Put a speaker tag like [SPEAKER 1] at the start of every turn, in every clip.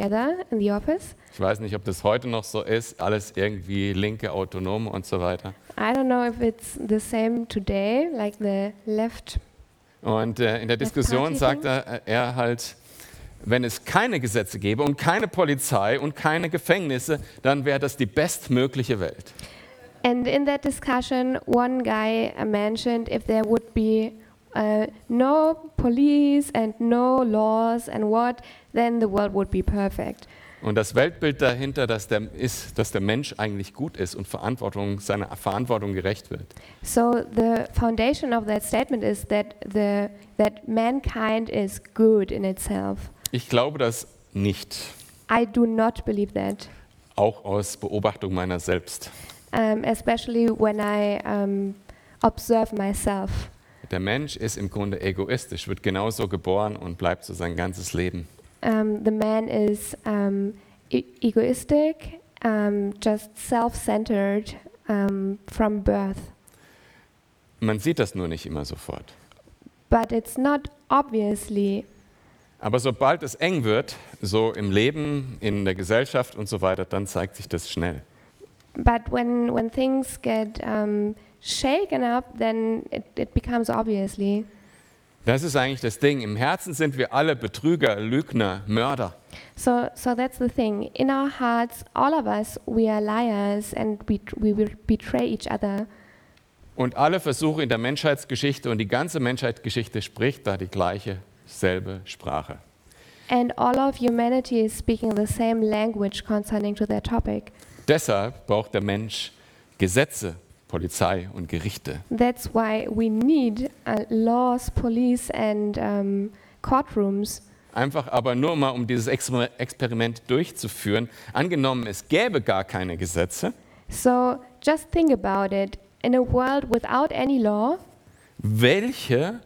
[SPEAKER 1] together in the office.
[SPEAKER 2] Ich weiß nicht, ob das heute noch so ist, alles irgendwie linke Autonome und so weiter.
[SPEAKER 1] I don't know if it's the same today, like the left.
[SPEAKER 2] Und äh, in der Diskussion
[SPEAKER 1] Party
[SPEAKER 2] sagt er, er halt, wenn es keine Gesetze gäbe und keine Polizei und keine Gefängnisse, dann wäre das die bestmögliche Welt.
[SPEAKER 1] And in that discussion, one guy uh, mentioned if there would be uh, no police and no laws and what, then the world would be perfect.
[SPEAKER 2] Und das Weltbild dahinter, dass der, ist, dass der Mensch eigentlich gut ist und Verantwortung, seiner Verantwortung gerecht wird.
[SPEAKER 1] So the foundation of that statement is that the that mankind is good in itself.
[SPEAKER 2] Ich glaube das nicht,
[SPEAKER 1] I do not believe that,
[SPEAKER 2] auch aus Beobachtung meiner selbst.
[SPEAKER 1] um, especially when I um, observe myself.
[SPEAKER 2] Der Mensch ist im Grunde egoistisch, wird genauso geboren und bleibt so sein ganzes Leben.
[SPEAKER 1] Um, the man is um, e- egoistic, um, just self-centered um, from birth,
[SPEAKER 2] Man sieht das nur nicht immer sofort.
[SPEAKER 1] but it's not obviously.
[SPEAKER 2] Aber sobald es eng wird, so im Leben, in der Gesellschaft und so weiter, dann zeigt sich das schnell.
[SPEAKER 1] But when when things get um, shaken up, then it, it becomes obviously.
[SPEAKER 2] Das ist eigentlich das Ding. Im Herzen sind wir alle Betrüger, Lügner, Mörder.
[SPEAKER 1] So, so that's the thing. In our hearts, all of us, we are liars and we, we will betray each other.
[SPEAKER 2] Und alle Versuche in der Menschheitsgeschichte und die ganze Menschheitsgeschichte spricht da die gleiche, selbe Sprache.
[SPEAKER 1] And all of humanity is speaking the same language concerning to that topic.
[SPEAKER 2] Deshalb braucht der Mensch Gesetze, Polizei und Gerichte.
[SPEAKER 1] That's why we need uh, laws, police, and um, courtrooms.
[SPEAKER 2] Einfach aber nur mal, um dieses Exper- Experiment durchzuführen. Angenommen, es gäbe gar keine Gesetze,
[SPEAKER 1] So just think about it. In a world without any law,
[SPEAKER 2] welche,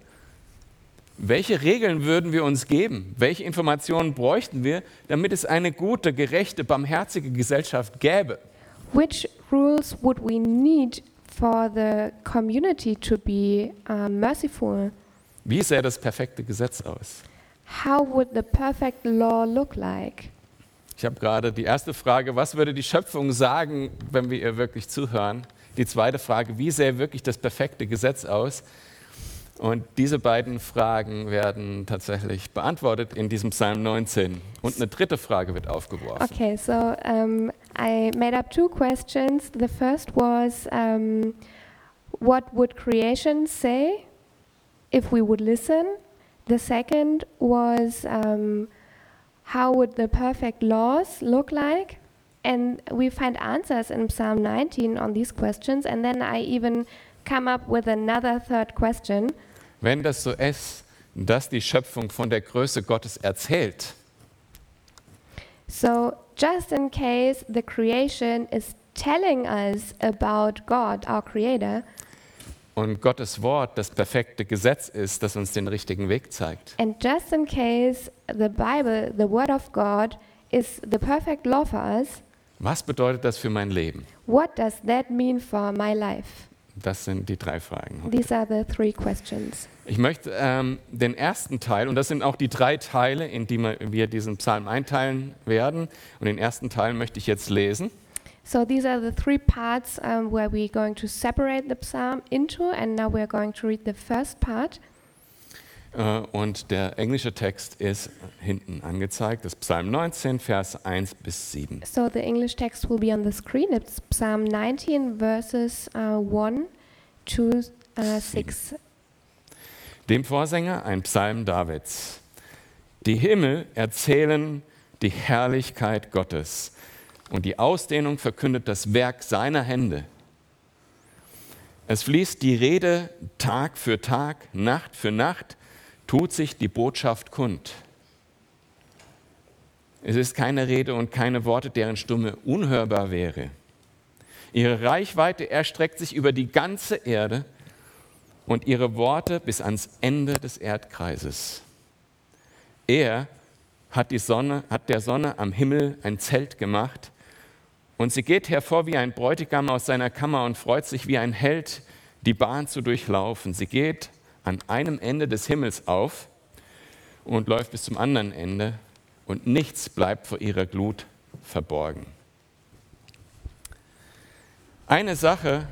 [SPEAKER 2] welche Regeln würden wir uns geben? Welche Informationen bräuchten wir, damit es eine gute, gerechte, barmherzige Gesellschaft gäbe?
[SPEAKER 1] which rules would we need for the community to be uh, merciful?
[SPEAKER 2] Wie sähe das perfekte Gesetz aus?
[SPEAKER 1] How would the perfect law look like?
[SPEAKER 2] Ich habe gerade die erste Frage, was würde die Schöpfung sagen, wenn wir ihr wirklich zuhören? Die zweite Frage, wie sähe wirklich das perfekte Gesetz aus? Und diese beiden Fragen werden tatsächlich beantwortet in diesem Psalm 19. Und eine dritte Frage wird aufgeworfen.
[SPEAKER 1] Okay, so um, I made up two questions. The first was um, what would creation say if we would listen? The second was um, how would the perfect laws look like? And we find answers in Psalm 19 on these questions, and then I even come up with another third question.
[SPEAKER 2] Wenn das so ist, dass die Schöpfung von der Größe Gottes erzählt,
[SPEAKER 1] So, just in case the creation is telling us about God, our Creator,
[SPEAKER 2] und Gottes Wort das perfekte Gesetz ist, das uns den richtigen Weg zeigt,
[SPEAKER 1] and just in case the Bible, the Word of God, is the perfect law for us,
[SPEAKER 2] was bedeutet das für mein Leben?
[SPEAKER 1] what does that mean for my life?
[SPEAKER 2] Das sind die drei Fragen.
[SPEAKER 1] These are the three questions.
[SPEAKER 2] Ich möchte ähm, den ersten Teil, und das sind auch die drei Teile, in die wir- wir diesen Psalm einteilen werden, und den ersten Teil möchte ich jetzt lesen.
[SPEAKER 1] So, these are the three parts um, where we're going to separate the psalm into, and now we're going to read the first part.
[SPEAKER 2] Äh, und der englische Text ist hinten angezeigt, das Psalm 19, Vers 1 bis 7.
[SPEAKER 1] So the English text will be on the screen. It's Psalm 19, verses uh, 1 to uh, 6.
[SPEAKER 2] Dem Vorsänger ein Psalm Davids. Die Himmel erzählen die Herrlichkeit Gottes und die Ausdehnung verkündet das Werk seiner Hände. Es fließt die Rede Tag für Tag, Nacht für Nacht, tut sich die Botschaft kund. Es ist keine Rede und keine Worte, deren Stimme unhörbar wäre. Ihre Reichweite erstreckt sich über die ganze Erde und ihre Worte bis ans Ende des Erdkreises. Er hat, die Sonne, hat der Sonne am Himmel ein Zelt gemacht und sie geht hervor wie ein Bräutigam aus seiner Kammer und freut sich wie ein Held, die Bahn zu durchlaufen. Sie geht an einem Ende des Himmels auf und läuft bis zum anderen Ende und nichts bleibt vor ihrer Glut verborgen. Eine Sache,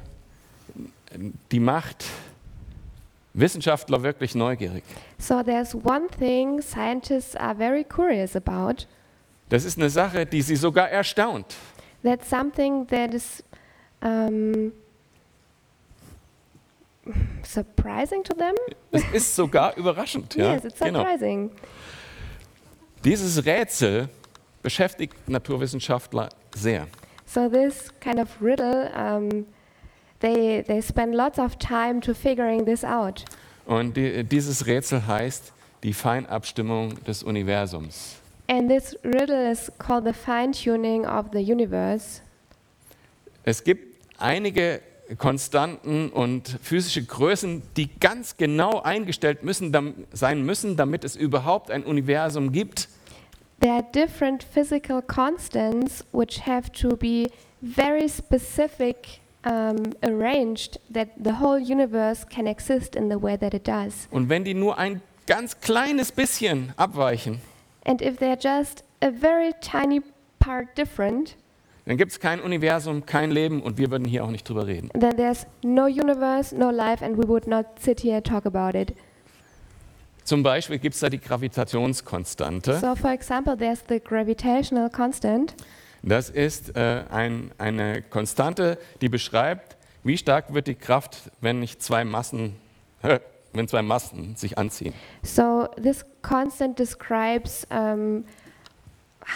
[SPEAKER 2] die macht Wissenschaftler wirklich neugierig.
[SPEAKER 1] So there's one thing scientists are very curious about.
[SPEAKER 2] Das ist eine Sache, die sie sogar erstaunt.
[SPEAKER 1] That's something that is um, surprising to them.
[SPEAKER 2] Es ist sogar überraschend. Ja? genau.
[SPEAKER 1] yes, it's surprising.
[SPEAKER 2] Dieses Rätsel beschäftigt Naturwissenschaftler sehr.
[SPEAKER 1] So this kind of riddle, um, they they spend lots of time to figuring this out.
[SPEAKER 2] Und die, dieses Rätsel heißt die Feinabstimmung des Universums.
[SPEAKER 1] And this riddle is called the fine tuning of the universe.
[SPEAKER 2] Es gibt einige Konstanten und physische Größen, die ganz genau eingestellt müssen, dam, sein müssen, damit es überhaupt ein Universum gibt.
[SPEAKER 1] There are different physical constants which have to be very specific um, arranged that the whole universe can exist in the way that it does.
[SPEAKER 2] Und wenn die nur ein ganz kleines bisschen abweichen,
[SPEAKER 1] And if they're just a very tiny part different,
[SPEAKER 2] dann gibt es kein Universum, kein Leben und wir würden hier auch nicht drüber reden.
[SPEAKER 1] then there's no universe, no life, and we would not sit here and talk about it.
[SPEAKER 2] Zum Beispiel gibt es da die Gravitationskonstante.
[SPEAKER 1] So, for example, there's the gravitational constant.
[SPEAKER 2] Das ist äh, ein, eine Konstante, die beschreibt, wie stark wird die Kraft, wenn ich zwei Massen, wenn zwei Massen sich anziehen.
[SPEAKER 1] So, this constant describes um,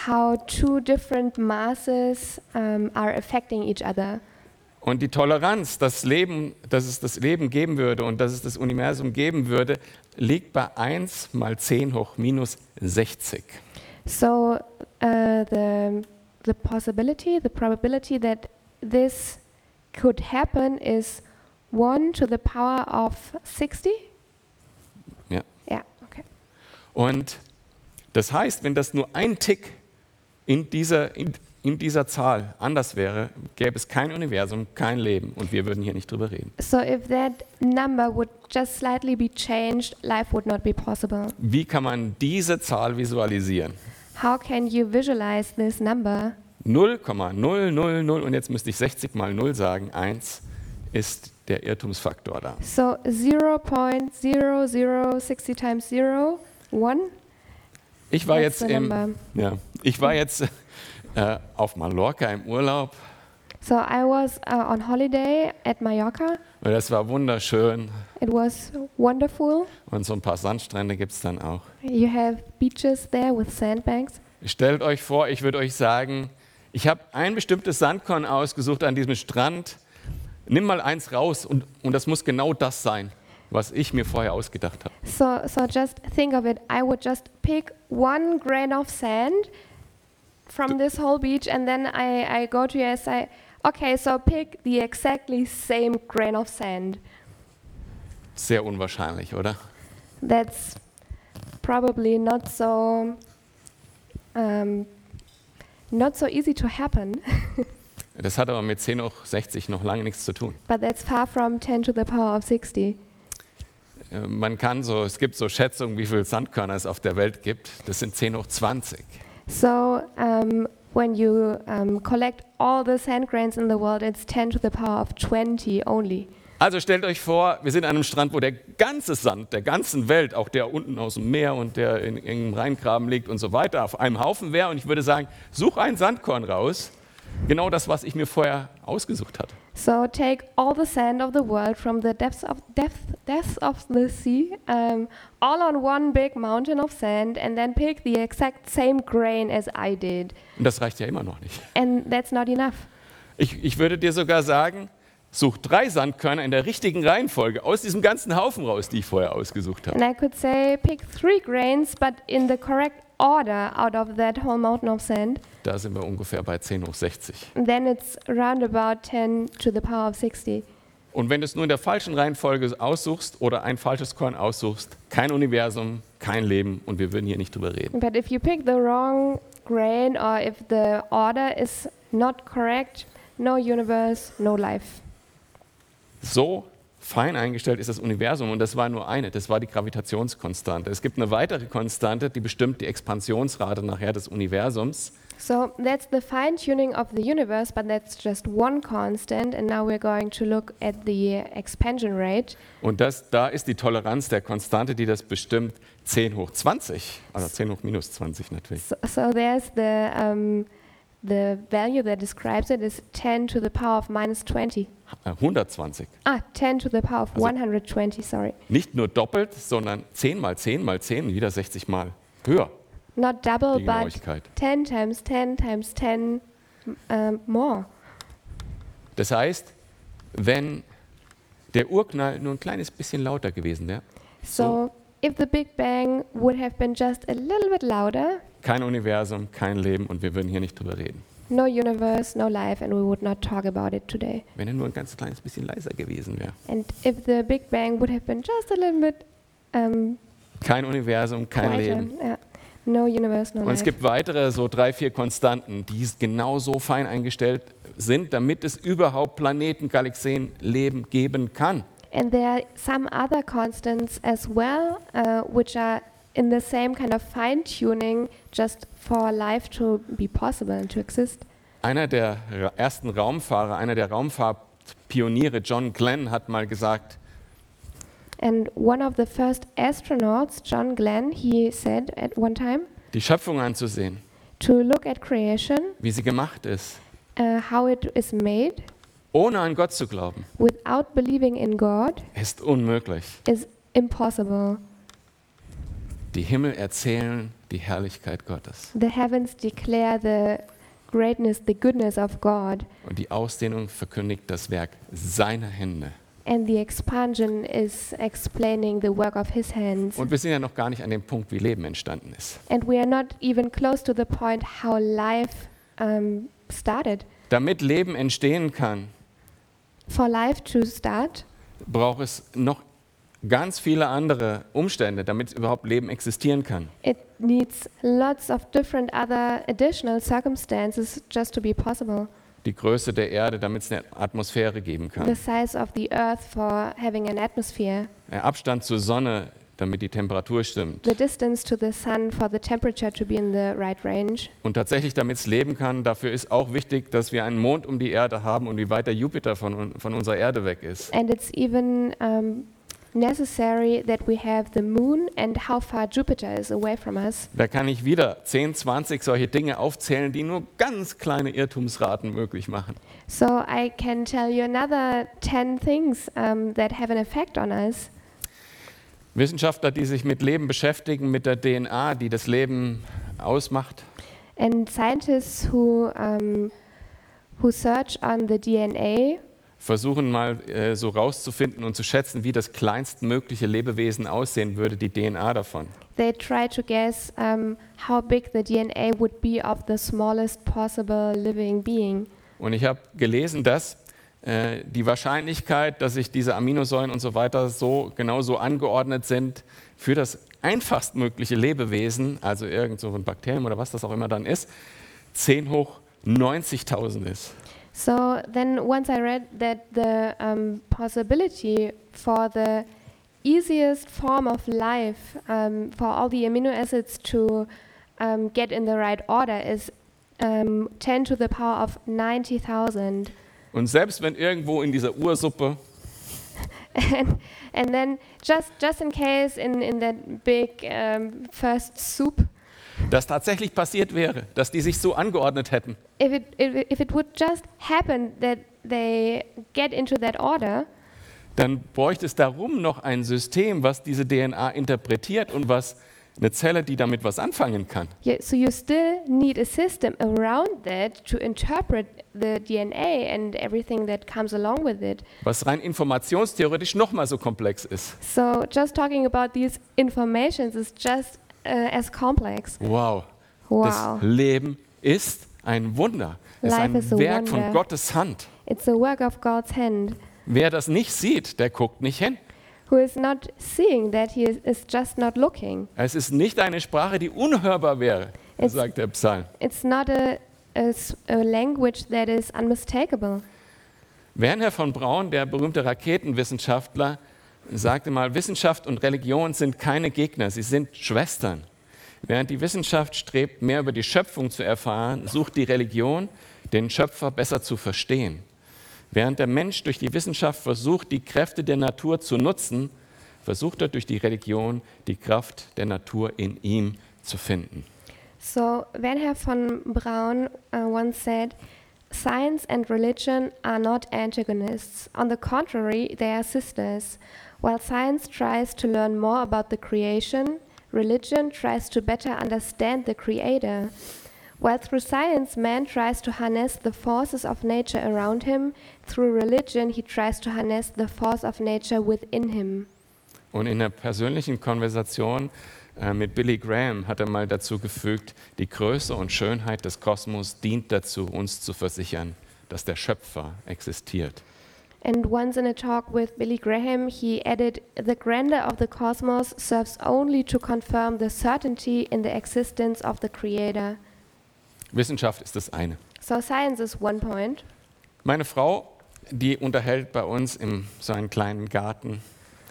[SPEAKER 1] how two different masses um, are affecting each other.
[SPEAKER 2] Und die Toleranz, das Leben, dass es das Leben geben würde und dass es das Universum geben würde, liegt bei 1 mal 10 hoch minus 60.
[SPEAKER 1] So, uh, the, the possibility, the probability that this could happen is 1 to the power of 60?
[SPEAKER 2] Ja.
[SPEAKER 1] Yeah, okay.
[SPEAKER 2] Und das heißt, wenn das nur ein Tick in dieser, in, in dieser Zahl anders wäre, gäbe es kein Universum, kein Leben und wir würden hier nicht drüber reden.
[SPEAKER 1] So, if that number would just slightly be changed, life would not be possible.
[SPEAKER 2] Wie kann man diese Zahl visualisieren?
[SPEAKER 1] How can you visualize this number?
[SPEAKER 2] 0,000 und jetzt müsste ich 60 mal 0 sagen, 1 ist der Irrtumsfaktor da.
[SPEAKER 1] So 0.0060 times 0, 1.
[SPEAKER 2] Ich war
[SPEAKER 1] That's
[SPEAKER 2] jetzt,
[SPEAKER 1] the
[SPEAKER 2] im,
[SPEAKER 1] number.
[SPEAKER 2] ja, ich war jetzt äh, auf Mallorca im Urlaub
[SPEAKER 1] So I was uh, on holiday at Mallorca.
[SPEAKER 2] und das war wunderschön.
[SPEAKER 1] It was wonderful.
[SPEAKER 2] Und so ein paar Sandstrände gibt es dann auch.
[SPEAKER 1] You have beaches there with sandbanks.
[SPEAKER 2] Stellt euch vor, ich würde euch sagen, ich habe ein bestimmtes Sandkorn ausgesucht an diesem Strand. Nimm mal eins raus und, und das muss genau das sein, was ich mir vorher ausgedacht habe.
[SPEAKER 1] So, so just think of it. I would just pick one grain of sand from this whole beach, and then I, I go to you and say, okay, so pick the exactly same grain of sand.
[SPEAKER 2] Sehr unwahrscheinlich, oder?
[SPEAKER 1] that's probably not so um, not so easy to happen
[SPEAKER 2] Das hat aber mit 10 hoch 60 noch lange nichts zu tun.
[SPEAKER 1] but that's far from 10 to the power of 60
[SPEAKER 2] Äh, Man kann so, es gibt so Schätzungen, wie viele Sandkörner es auf der Welt gibt. Das sind 10 hoch 20.
[SPEAKER 1] so um, when you um, collect all the sand grains in the world it's 10 to the power of 20 only
[SPEAKER 2] Also stellt euch vor, wir sind an einem Strand, wo der ganze Sand der ganzen Welt, auch der unten aus dem Meer und der in irgendeinem Rheingraben liegt und so weiter, auf einem Haufen wäre. Und ich würde sagen, such ein Sandkorn raus. Genau das, was ich mir vorher ausgesucht hatte.
[SPEAKER 1] so take all the sand of the world from the depths of depth, depths of the sea um, all on one big mountain of sand and then pick the exact same grain as i did
[SPEAKER 2] Und das reicht ja immer noch nicht.
[SPEAKER 1] and that's not enough
[SPEAKER 2] Ich, ich würde dir sogar sagen, such drei Sandkörner in der richtigen Reihenfolge aus diesem ganzen Haufen raus, die ich vorher ausgesucht habe.
[SPEAKER 1] And I could say pick three grains, but in the correct order out of that whole mountain of sand.
[SPEAKER 2] Da sind wir ungefähr bei 10 hoch 60.
[SPEAKER 1] And then it's round about 10 to the power of 60.
[SPEAKER 2] Und wenn du es nur in der falschen Reihenfolge aussuchst oder ein falsches Korn aussuchst, kein Universum, kein Leben und wir würden hier nicht drüber reden.
[SPEAKER 1] But if you pick the wrong grain or if the order is not correct, no universe, no life.
[SPEAKER 2] So fein eingestellt ist das Universum und das war nur eine, das war die Gravitationskonstante. Es gibt eine weitere Konstante, die bestimmt die Expansionsrate nachher des Universums.
[SPEAKER 1] So that's the fine tuning of the universe, but that's just one constant. And now we're going to look at the expansion rate.
[SPEAKER 2] Und das, da ist die Toleranz der Konstante, die das bestimmt 10 hoch 20, also 10 hoch minus 20 natürlich.
[SPEAKER 1] So, so there's the um, the value that describes it is 10 to the power of minus 20.
[SPEAKER 2] Äh, 120.
[SPEAKER 1] Ah, 10 to the power of 120. Sorry,
[SPEAKER 2] Nicht nur doppelt, sondern 10 mal 10 mal 10, wieder 60 mal höher.
[SPEAKER 1] not double,
[SPEAKER 2] Die
[SPEAKER 1] but
[SPEAKER 2] Genauigkeit.
[SPEAKER 1] 10 times 10 times 10 um, more.
[SPEAKER 2] Das heißt, wenn der Urknall nur ein kleines bisschen lauter gewesen wäre,
[SPEAKER 1] So if the Big Bang would have been just a little bit louder,
[SPEAKER 2] kein Universum, kein Leben und wir würden hier nicht drüber reden.
[SPEAKER 1] no universe, no life, and we would not talk about it today.
[SPEAKER 2] Wenn er nur ein ganz kleines bisschen leiser gewesen wäre.
[SPEAKER 1] And if the Big Bang would have been just a little bit um,
[SPEAKER 2] Kein Universum, kein
[SPEAKER 1] quieter,
[SPEAKER 2] Leben.
[SPEAKER 1] yeah. no universe, no
[SPEAKER 2] Und es
[SPEAKER 1] life.
[SPEAKER 2] gibt weitere so drei, vier Konstanten, die genauso fein eingestellt sind, damit es überhaupt Planeten, Galaxien, Leben geben kann.
[SPEAKER 1] And there are some other constants as well, uh, which are in the same kind of fine tuning just for life to be possible and to exist.
[SPEAKER 2] Einer der ra- ersten Raumfahrer, einer der Raumfahrtpioniere, John Glenn, hat mal gesagt,
[SPEAKER 1] And one of the first astronauts, John Glenn, he said at one time
[SPEAKER 2] die Schöpfung anzusehen,
[SPEAKER 1] to look at creation,
[SPEAKER 2] wie sie gemacht ist,
[SPEAKER 1] uh, how it is made,
[SPEAKER 2] ohne an Gott zu glauben,
[SPEAKER 1] without believing in God,
[SPEAKER 2] ist unmöglich.
[SPEAKER 1] is impossible.
[SPEAKER 2] Die Himmel erzählen die Herrlichkeit Gottes
[SPEAKER 1] The heavens declare the greatness, the goodness of God,
[SPEAKER 2] und die Ausdehnung verkündigt das Werk seiner Hände.
[SPEAKER 1] and the expansion is explaining the work of His hands.
[SPEAKER 2] Und wir sind ja noch gar nicht an dem Punkt, wie Leben entstanden ist.
[SPEAKER 1] And we are not even close to the point how life um, started.
[SPEAKER 2] Damit Leben entstehen kann,
[SPEAKER 1] For life to start,
[SPEAKER 2] braucht es noch ganz viele andere Umstände, damit überhaupt Leben existieren kann.
[SPEAKER 1] it needs lots of different other additional circumstances just to be possible.
[SPEAKER 2] Die Größe der Erde, damit es eine Atmosphäre geben
[SPEAKER 1] The
[SPEAKER 2] kann.
[SPEAKER 1] size of the earth for having an atmosphere,
[SPEAKER 2] Der Abstand zur Sonne, damit die Temperatur stimmt.
[SPEAKER 1] the distance to the sun for the temperature to be in the right range.
[SPEAKER 2] Und tatsächlich, damit es leben kann, dafür ist auch wichtig, dass wir einen Mond um die Erde haben und wie weit der Jupiter von, un- von unserer Erde weg ist.
[SPEAKER 1] And it's even um, necessary that we have the moon and how far Jupiter is away from us.
[SPEAKER 2] Da kann ich wieder 10, 20 solche Dinge aufzählen, die nur ganz kleine Irrtumsraten möglich machen.
[SPEAKER 1] So I can tell you another 10 things um, that have an effect on us.
[SPEAKER 2] Wissenschaftler, die sich mit Leben beschäftigen, mit der DNA, die das Leben ausmacht,
[SPEAKER 1] And scientists who, um, who search on the DNA
[SPEAKER 2] versuchen mal äh, so rauszufinden und zu schätzen, wie das kleinstmögliche Lebewesen aussehen würde, die DNA davon.
[SPEAKER 1] They try to guess um, how big the DNA would be of the smallest possible living being.
[SPEAKER 2] Und ich habe gelesen, dass äh, die Wahrscheinlichkeit, dass sich diese Aminosäuren und so weiter so genauso angeordnet sind für das einfachstmögliche Lebewesen, also irgend so ein Bakterium oder was das auch immer dann ist, 10 hoch 90.000 ist.
[SPEAKER 1] So then, once I read that the um, possibility for the easiest form of life um, for all the amino acids to um, get in the right order is um, 10 to the power of 90,000.
[SPEAKER 2] Und selbst wenn irgendwo in dieser Ursuppe
[SPEAKER 1] and, and then, just, just in case, in, in that big um, first soup,
[SPEAKER 2] das tatsächlich passiert wäre, dass die sich so angeordnet hätten,
[SPEAKER 1] if it, if it if it would just happen that they get into that order,
[SPEAKER 2] dann bräuchte es darum noch ein System, was diese DNA interpretiert und was eine Zelle, die damit was anfangen kann.
[SPEAKER 1] yeah, so you still need a system around that to interpret the DNA and everything that comes along with it.
[SPEAKER 2] was rein informationstheoretisch nochmal so komplex ist.
[SPEAKER 1] So just talking about these informations is just uh, as complex.
[SPEAKER 2] Wow.
[SPEAKER 1] Wow,
[SPEAKER 2] Das Leben ist ein Wunder. Es ist
[SPEAKER 1] Life
[SPEAKER 2] ein
[SPEAKER 1] is a wonder.
[SPEAKER 2] Werk von Gottes Hand.
[SPEAKER 1] it's a work of God's hand.
[SPEAKER 2] Wer das nicht sieht, der guckt nicht hin.
[SPEAKER 1] Who is not seeing that he is, is just not looking.
[SPEAKER 2] Es ist nicht eine Sprache, die unhörbar wäre,
[SPEAKER 1] Es-
[SPEAKER 2] sagt der Psalm.
[SPEAKER 1] It's not a, a s- a language that is unmistakable.
[SPEAKER 2] Werner von Braun, der berühmte Raketenwissenschaftler, sagte mal, Wissenschaft und Religion sind keine Gegner, sie sind Schwestern. Während die Wissenschaft strebt, mehr über die Schöpfung zu erfahren, sucht die Religion, den Schöpfer besser zu verstehen. Während der Mensch durch die Wissenschaft versucht, die Kräfte der Natur zu nutzen, versucht er durch die Religion, die Kraft der Natur in ihm zu finden.
[SPEAKER 1] So, Werner von Braun uh, once said, Science and religion are not antagonists. On the contrary, they are sisters. While science tries to learn more about the creation, religion tries to better understand the creator. While through science, man tries to harness the forces of nature around him, through religion, he tries to harness the force of nature within him.
[SPEAKER 2] Und in einer persönlichen Konversation äh, mit Billy Graham hat er mal dazu gefügt, die Größe und Schönheit des Kosmos dient dazu, uns zu versichern, dass der Schöpfer existiert.
[SPEAKER 1] And once in a talk with Billy Graham, he added, The grandeur of the cosmos serves only to confirm the certainty in the existence of the creator.
[SPEAKER 2] Wissenschaft ist das eine.
[SPEAKER 1] So, science is one point.
[SPEAKER 2] Meine Frau, die unterhält bei uns in so einem kleinen Garten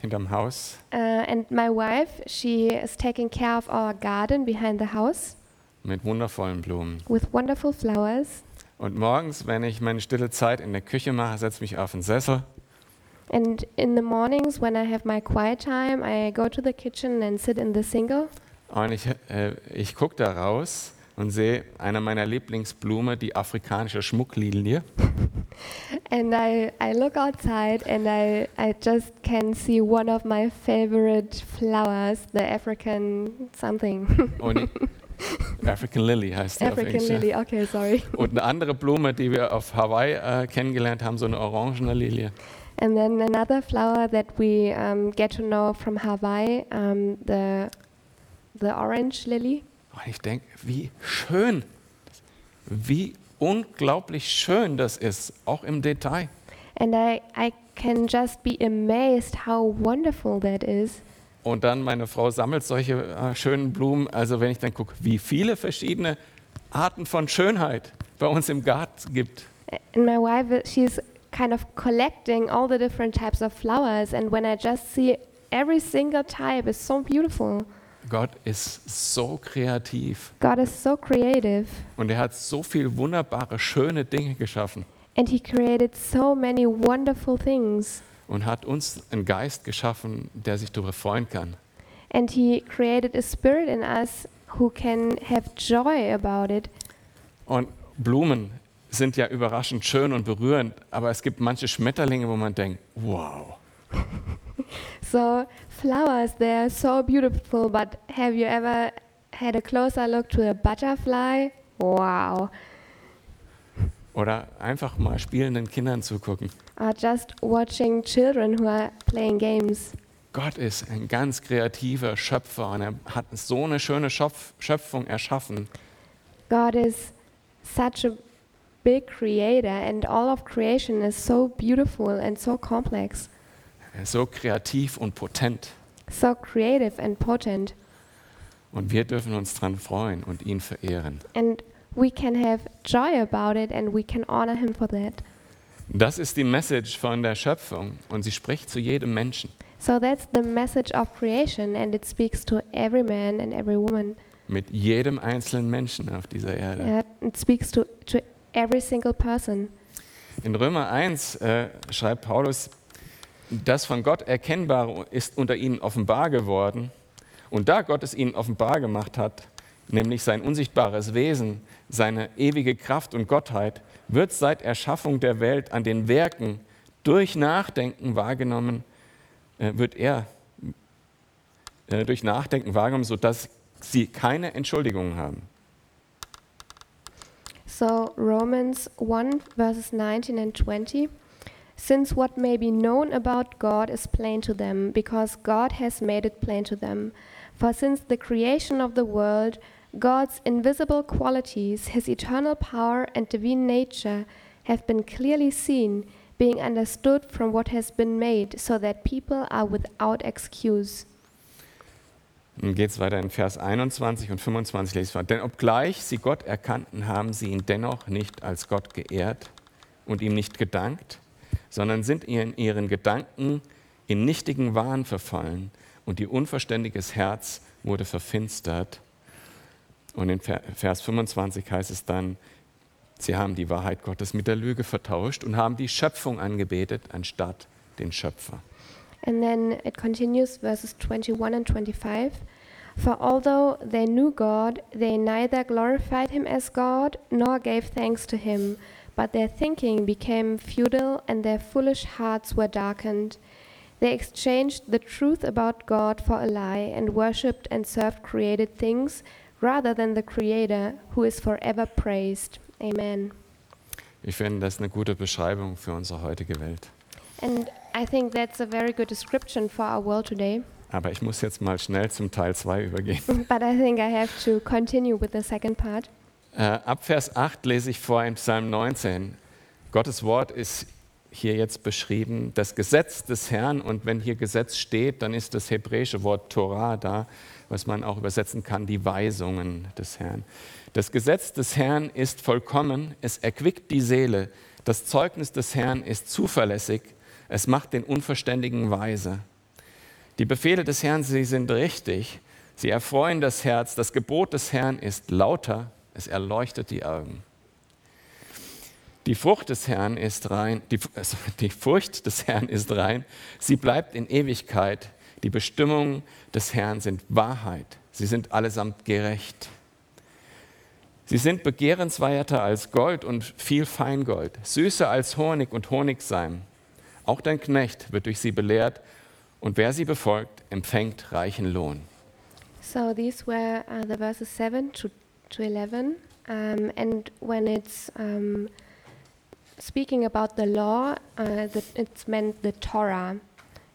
[SPEAKER 2] hinterm Haus,
[SPEAKER 1] Uh, and my wife, she is taking care of our garden behind the house
[SPEAKER 2] mit wundervollen Blumen.
[SPEAKER 1] with wonderful flowers.
[SPEAKER 2] Und morgens, wenn ich meine stille Zeit in der Küche mache, setze ich mich auf den Sessel
[SPEAKER 1] And in the mornings, when I have my quiet time, I go to the kitchen and sit in the single.
[SPEAKER 2] und ich, äh, ich gucke da raus und sehe eine meiner Lieblingsblume, die afrikanische Schmucklilie.
[SPEAKER 1] And I, I look outside and I, I just can see one of my favorite flowers, the African something.
[SPEAKER 2] Und ich, African Lily heißt die auf
[SPEAKER 1] African
[SPEAKER 2] Englisch.
[SPEAKER 1] lily, okay, sorry.
[SPEAKER 2] Und eine andere Blume, die wir auf Hawaii äh, kennengelernt haben, so eine orangene Lilie.
[SPEAKER 1] And then another flower that we um, get to know from Hawaii, um, the, the orange lily.
[SPEAKER 2] Und ich denke, wie schön, wie unglaublich schön das ist, auch im Detail.
[SPEAKER 1] And I, I can just be amazed how wonderful that is.
[SPEAKER 2] Und dann meine Frau sammelt solche äh, schönen Blumen. Also wenn ich dann gucke, wie viele verschiedene Arten von Schönheit bei uns im Garten gibt.
[SPEAKER 1] A- And my wife, uh, she's kind of collecting all the different types of flowers. And when I just see every single type is so beautiful.
[SPEAKER 2] Gott ist so kreativ
[SPEAKER 1] God is so creative.
[SPEAKER 2] und er hat so viel wunderbare, schöne Dinge geschaffen
[SPEAKER 1] And he created so many wonderful things.
[SPEAKER 2] und hat uns einen Geist geschaffen, der sich darüber freuen kann.
[SPEAKER 1] And he created a spirit in us who can have joy about it.
[SPEAKER 2] Und Blumen sind ja überraschend schön und berührend, aber es gibt manche Schmetterlinge, wo man denkt, wow.
[SPEAKER 1] So flowers, they are so beautiful, but have you ever had a closer look to a butterfly? Wow.
[SPEAKER 2] Oder einfach mal spielenden Kindern zugucken.
[SPEAKER 1] Or just watching children who are playing games.
[SPEAKER 2] Gott ist ein ganz kreativer Schöpfer und er hat so eine schöne Schöpf Schöpfung erschaffen.
[SPEAKER 1] God is such a big creator, and all of creation is so beautiful and so complex,
[SPEAKER 2] Er ist so kreativ und potent.
[SPEAKER 1] so creative and potent.
[SPEAKER 2] Und wir dürfen uns dran freuen und ihn verehren.
[SPEAKER 1] And we can have joy about it, and we can honor him for that.
[SPEAKER 2] Das ist die Message von der Schöpfung und sie spricht zu jedem Menschen.
[SPEAKER 1] So that's the message of creation, and it speaks to every man and every woman.
[SPEAKER 2] Mit jedem einzelnen Menschen auf dieser Erde.
[SPEAKER 1] Yeah, Uh, it speaks to, to every single person.
[SPEAKER 2] In Römer 1 äh, schreibt Paulus, das von Gott Erkennbare ist unter ihnen offenbar geworden. Und da Gott es ihnen offenbar gemacht hat, nämlich sein unsichtbares Wesen, seine ewige Kraft und Gottheit, wird seit Erschaffung der Welt an den Werken durch Nachdenken wahrgenommen, äh, wird er äh, durch Nachdenken wahrgenommen, sodass sie keine Entschuldigung haben.
[SPEAKER 1] So Romans 1 verses 19 and 20. Since what may be known about God is plain to them, because God has made it plain to them. For since the creation of the world, God's invisible qualities, his eternal power and divine nature, have been clearly seen, being understood from what has been made, so that people are without excuse.
[SPEAKER 2] Dann geht es weiter in Vers 21 und 25 lese ich mal. Denn obgleich sie Gott erkannten, haben sie ihn dennoch nicht als Gott geehrt und ihm nicht gedankt, sondern sind in ihren Gedanken in nichtigen Wahn verfallen und ihr unverständiges Herz wurde verfinstert. Und in Ver- Vers 25 heißt es dann, sie haben die Wahrheit Gottes mit der Lüge vertauscht und haben die Schöpfung angebetet anstatt den Schöpfer.
[SPEAKER 1] And then it continues verses 21 and 25. For although they knew God, they neither glorified him as God nor gave thanks to him, but their thinking became futile and their foolish hearts were darkened. They exchanged the truth about God for a lie and worshipped and served created things rather than the Creator, who is forever praised. Amen.
[SPEAKER 2] Ich finde, das ist eine gute Beschreibung für unsere heutige Welt.
[SPEAKER 1] And I think that's a very good description for our world today.
[SPEAKER 2] Aber ich muss jetzt mal schnell zum Teil 2 übergehen.
[SPEAKER 1] But I think I have to continue with the second part.
[SPEAKER 2] Äh, ab Vers 8 lese ich vor in Psalm 19. Gottes Wort ist hier jetzt beschrieben, das Gesetz des Herrn. Und wenn hier Gesetz steht, dann ist das hebräische Wort Torah da, was man auch übersetzen kann, die Weisungen des Herrn. Das Gesetz des Herrn ist vollkommen, es erquickt die Seele. Das Zeugnis des Herrn ist zuverlässig, es macht den Unverständigen weise. Die Befehle des Herrn, sie sind richtig. Sie erfreuen das Herz. Das Gebot des Herrn ist lauter. Es erleuchtet die Augen. Die Frucht des Herrn ist rein. Die, also die Furcht des Herrn ist rein. Sie bleibt in Ewigkeit. Die Bestimmungen des Herrn sind Wahrheit. Sie sind allesamt gerecht. Sie sind begehrenswerter als Gold und viel Feingold, süßer als Honig und Honigseim. Auch dein Knecht wird durch sie belehrt, und wer sie befolgt, empfängt reichen Lohn.
[SPEAKER 1] So these were uh, the verses 7 to, to 11. Um, and when it's um, speaking about the law, uh, that it's meant the Torah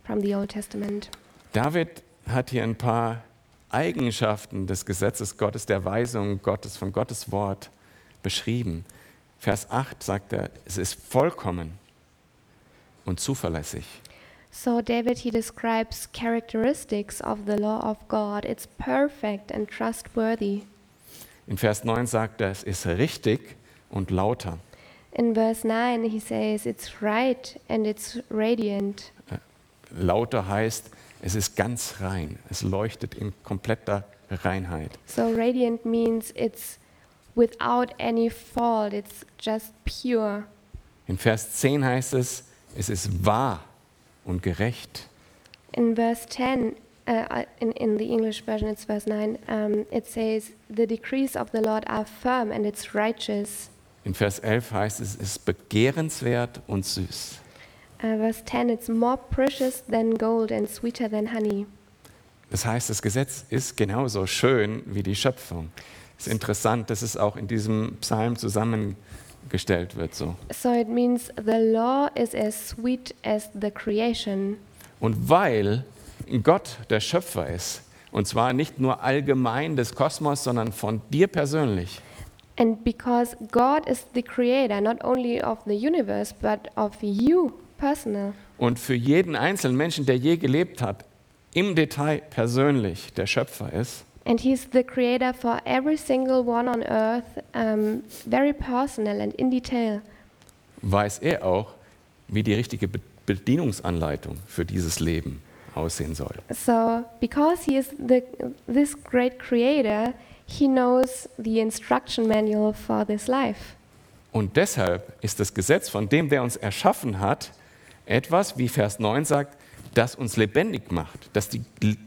[SPEAKER 1] from the Old Testament.
[SPEAKER 2] David hat hier ein paar Eigenschaften des Gesetzes Gottes, der Weisung Gottes, von Gottes Wort beschrieben. Vers 8 sagt er, es ist vollkommen und zuverlässig.
[SPEAKER 1] So David, he describes characteristics of the law of God. It's perfect and trustworthy.
[SPEAKER 2] In Vers 9 sagt er, es ist richtig und lauter.
[SPEAKER 1] In verse 9, he says, It's right and it's radiant.
[SPEAKER 2] Lauter heißt, es ist ganz rein. Es leuchtet in kompletter Reinheit.
[SPEAKER 1] So radiant means it's without any fault, it's just pure.
[SPEAKER 2] In Vers 10 heißt es, es ist wahr und gerecht.
[SPEAKER 1] In verse 10, uh, uh, in, in the English version, it's verse 9, um, it says, The decrees of the Lord are firm and it's righteous.
[SPEAKER 2] In Vers 11 heißt es, es ist begehrenswert und süß.
[SPEAKER 1] Uh, verse 10, it's more precious than gold and sweeter than honey.
[SPEAKER 2] Das heißt, das Gesetz ist genauso schön wie die Schöpfung. Es ist interessant, dass es auch in diesem Psalm zusammengestellt wird. So.
[SPEAKER 1] So it means the law is as sweet as the creation.
[SPEAKER 2] Und weil Gott der Schöpfer ist, und zwar nicht nur allgemein des Kosmos, sondern von dir persönlich,
[SPEAKER 1] And because God is the creator, not only of the universe, but of you personal.
[SPEAKER 2] und für jeden einzelnen Menschen, der je gelebt hat, im Detail persönlich der Schöpfer ist,
[SPEAKER 1] And He's the creator for every single one on earth, um, very personal and in detail.
[SPEAKER 2] weiß er auch, wie die richtige Be Bedienungsanleitung für dieses Leben aussehen soll.
[SPEAKER 1] So, because He is the, this great creator, He knows the instruction manual for this life.
[SPEAKER 2] Und deshalb ist das Gesetz von dem, der uns erschaffen hat, etwas, wie Vers 9 sagt, das uns lebendig macht, das die,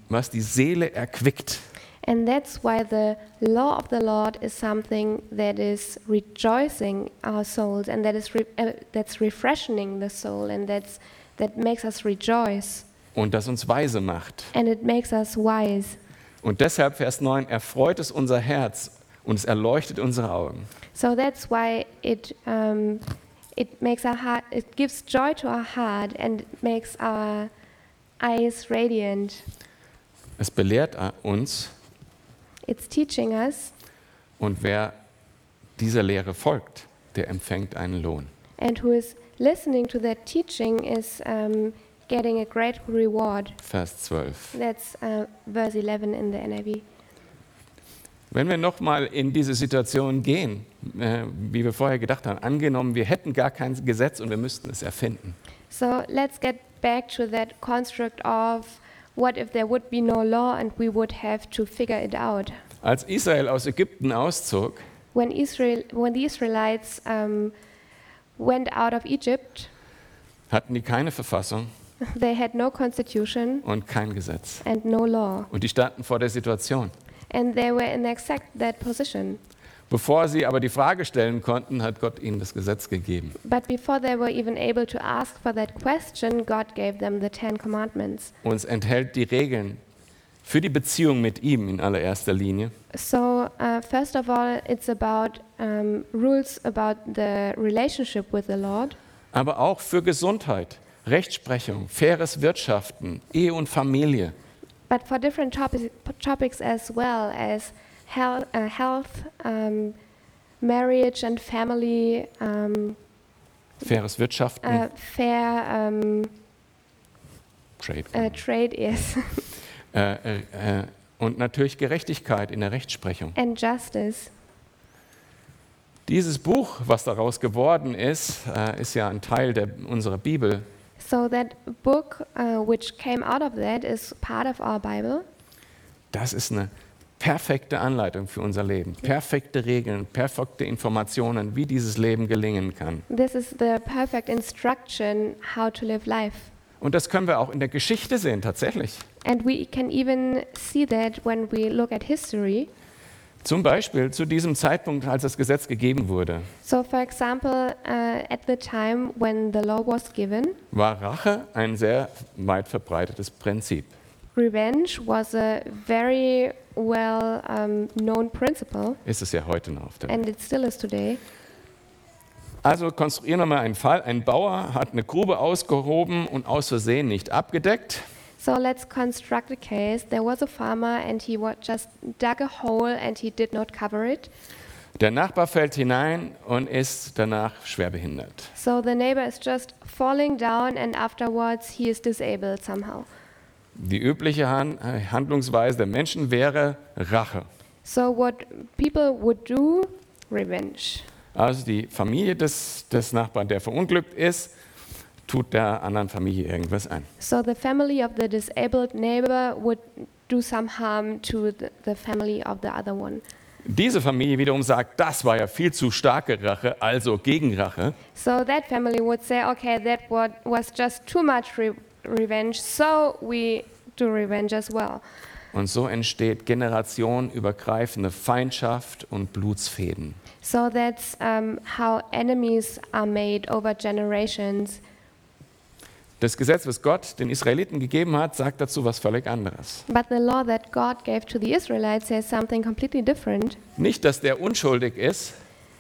[SPEAKER 2] was die Seele erquickt.
[SPEAKER 1] And that's why the law of the Lord is something that is rejoicing our souls and that is re- uh, that's refreshing the soul and that's that makes us rejoice
[SPEAKER 2] und das uns weise macht.
[SPEAKER 1] and it makes us wise.
[SPEAKER 2] Und deshalb, Vers 9, erfreut es unser Herz und es erleuchtet unsere Augen.
[SPEAKER 1] So that's why it um, it makes our heart it gives joy to our heart and it makes our eyes radiant.
[SPEAKER 2] Es belehrt uns
[SPEAKER 1] It's teaching us
[SPEAKER 2] und wer dieser Lehre folgt, der empfängt einen Lohn.
[SPEAKER 1] and who is listening to that teaching is um, getting a great reward.
[SPEAKER 2] Vers 12.
[SPEAKER 1] That's uh, verse 11 in the NIV.
[SPEAKER 2] Wenn wir nochmal in diese Situation gehen, äh, wie wir vorher gedacht haben, angenommen, wir hätten gar kein Gesetz und wir müssten es erfinden.
[SPEAKER 1] So let's get back to that construct of what if there would be no law and we would have to figure it out.
[SPEAKER 2] Als Israel aus Ägypten auszog,
[SPEAKER 1] When Israel, when the Israelites um, went out of Egypt,
[SPEAKER 2] hatten die keine Verfassung
[SPEAKER 1] they had no constitution
[SPEAKER 2] und kein Gesetz.
[SPEAKER 1] and no law,
[SPEAKER 2] Und die standen vor der Situation.
[SPEAKER 1] and they were in exact that position.
[SPEAKER 2] Bevor sie aber die Frage stellen konnten, hat Gott ihnen das Gesetz gegeben.
[SPEAKER 1] But before they were even able to ask for that question, God gave them the Ten Commandments.
[SPEAKER 2] Uns enthält die Regeln für die Beziehung mit ihm in allererster Linie,
[SPEAKER 1] So, uh, first of all, it's about um, rules about the relationship with the Lord,
[SPEAKER 2] aber auch für Gesundheit, Rechtsprechung, faires Wirtschaften, Ehe und Familie.
[SPEAKER 1] but for different topics, topics as well as health, uh, health um, marriage, and family, um,
[SPEAKER 2] Faires Wirtschaften,
[SPEAKER 1] uh, fair um,
[SPEAKER 2] Trade.
[SPEAKER 1] uh, trade is,
[SPEAKER 2] Äh, äh, äh, und natürlich Gerechtigkeit in der Rechtsprechung.
[SPEAKER 1] and justice.
[SPEAKER 2] Dieses Buch, was daraus geworden ist, äh, ist ja ein Teil der, unserer Bibel.
[SPEAKER 1] So, that book uh, which came out of that is part of our Bible.
[SPEAKER 2] Das ist eine perfekte Anleitung für unser Leben. Perfekte Regeln, perfekte Informationen, wie dieses Leben gelingen kann.
[SPEAKER 1] This is the perfect instruction how to live life.
[SPEAKER 2] Und das können wir auch in der Geschichte sehen, tatsächlich.
[SPEAKER 1] And we can even see that when we look at history.
[SPEAKER 2] Zum Beispiel zu diesem Zeitpunkt, als das Gesetz gegeben wurde,
[SPEAKER 1] So, for example, uh, at the time when the law was given,
[SPEAKER 2] war Rache ein sehr weit verbreitetes Prinzip.
[SPEAKER 1] revenge was a very well um, known principle,
[SPEAKER 2] Ist es ja heute noch auf der Welt.
[SPEAKER 1] and it still is today.
[SPEAKER 2] Also konstruieren wir mal einen Fall. Ein Bauer hat eine Grube ausgehoben und aus Versehen nicht abgedeckt.
[SPEAKER 1] So, let's construct a case. There was a farmer, and he wa- just dug a hole and he did not cover it.
[SPEAKER 2] Der Nachbar fällt hinein und ist danach schwer behindert.
[SPEAKER 1] So, the neighbor is just falling down, and afterwards, he is disabled somehow.
[SPEAKER 2] Die übliche Han äh, Handlungsweise der Menschen wäre Rache.
[SPEAKER 1] So what people would do, revenge.
[SPEAKER 2] Also die Familie des, des Nachbarn, der verunglückt ist, tut der anderen Familie irgendwas an.
[SPEAKER 1] So the family of the disabled neighbor would do some harm to the, the family of the other one.
[SPEAKER 2] Diese Familie wiederum sagt, das war ja viel zu starke Rache, also Gegenrache.
[SPEAKER 1] So that family would say, okay, that what was just too much re- revenge, so we do revenge as well.
[SPEAKER 2] Und so entsteht generationenübergreifende Feindschaft und Blutsfäden.
[SPEAKER 1] So that's um, how enemies are made over generations.
[SPEAKER 2] Das Gesetz, was Gott den Israeliten gegeben hat, sagt dazu was völlig anderes.
[SPEAKER 1] But the law that God gave to the Israelites says something completely different.
[SPEAKER 2] Nicht, dass der unschuldig ist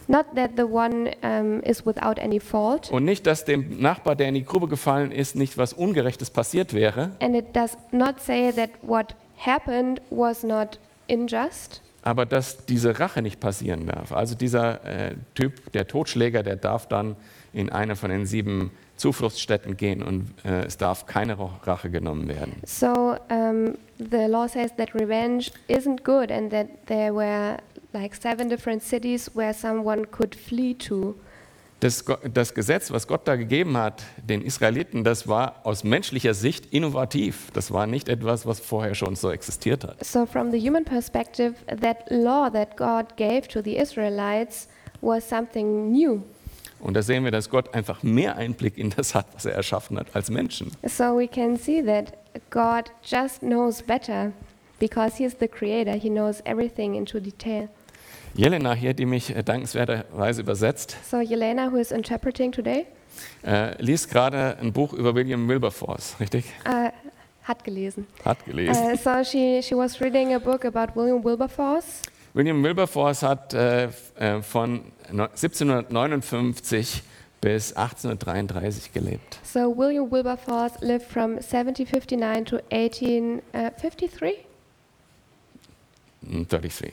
[SPEAKER 1] Not that the one um, is without any fault,
[SPEAKER 2] und nicht, dass dem Nachbar, der in die Grube gefallen ist, nicht was Ungerechtes passiert wäre,
[SPEAKER 1] And it does not say that what happened was not unjust,
[SPEAKER 2] aber dass diese Rache nicht passieren darf. Also dieser äh, Typ, der Totschläger, der darf dann in eine von den sieben Zufluchtsstätten gehen und äh, es darf keine Ra- Rache genommen werden.
[SPEAKER 1] so um, the law says that revenge isn't good and that there were like seven different cities where someone could flee to.
[SPEAKER 2] Das, Go- das Gesetz, was Gott da gegeben hat, den Israeliten, das war aus menschlicher Sicht innovativ. Das war nicht etwas, was vorher schon so existiert hat.
[SPEAKER 1] So, from the human perspective, that law that God gave to the Israelites was something new.
[SPEAKER 2] Und da sehen wir, dass Gott einfach mehr Einblick in das hat, was er erschaffen hat, als Menschen.
[SPEAKER 1] So, we can see that God just knows better because He is the creator, He knows everything into detail.
[SPEAKER 2] Jelena hier, die mich äh, dankenswerterweise übersetzt,
[SPEAKER 1] So, Yelena, who is interpreting today,
[SPEAKER 2] äh, liest gerade ein Buch über William Wilberforce, richtig?
[SPEAKER 1] äh, hat gelesen.
[SPEAKER 2] Hat gelesen.
[SPEAKER 1] Äh, so she, she was reading a book about William Wilberforce.
[SPEAKER 2] William Wilberforce hat äh, f- äh, von no- 1759 bis 1833 gelebt.
[SPEAKER 1] So William Wilberforce lived from 1759 to 1853.
[SPEAKER 2] Hm, 33.